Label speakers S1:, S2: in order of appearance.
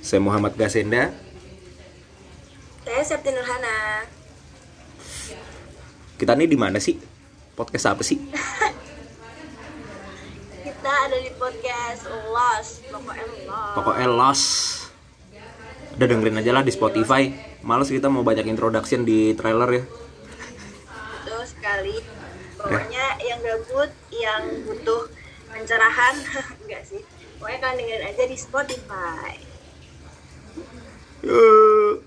S1: Saya Muhammad Gasenda.
S2: Saya Septi Nurhana.
S1: Kita ini di mana sih? Podcast apa sih?
S2: Kita ada di podcast Los, pokoknya Los.
S1: Pokoknya Los. Udah dengerin aja lah di Spotify. Males kita mau banyak introduction di trailer ya.
S2: Betul sekali. Pokoknya yang gabut, yang butuh pencerahan, enggak sih. Pokoknya kalian dengerin aja di Spotify.
S1: Eh.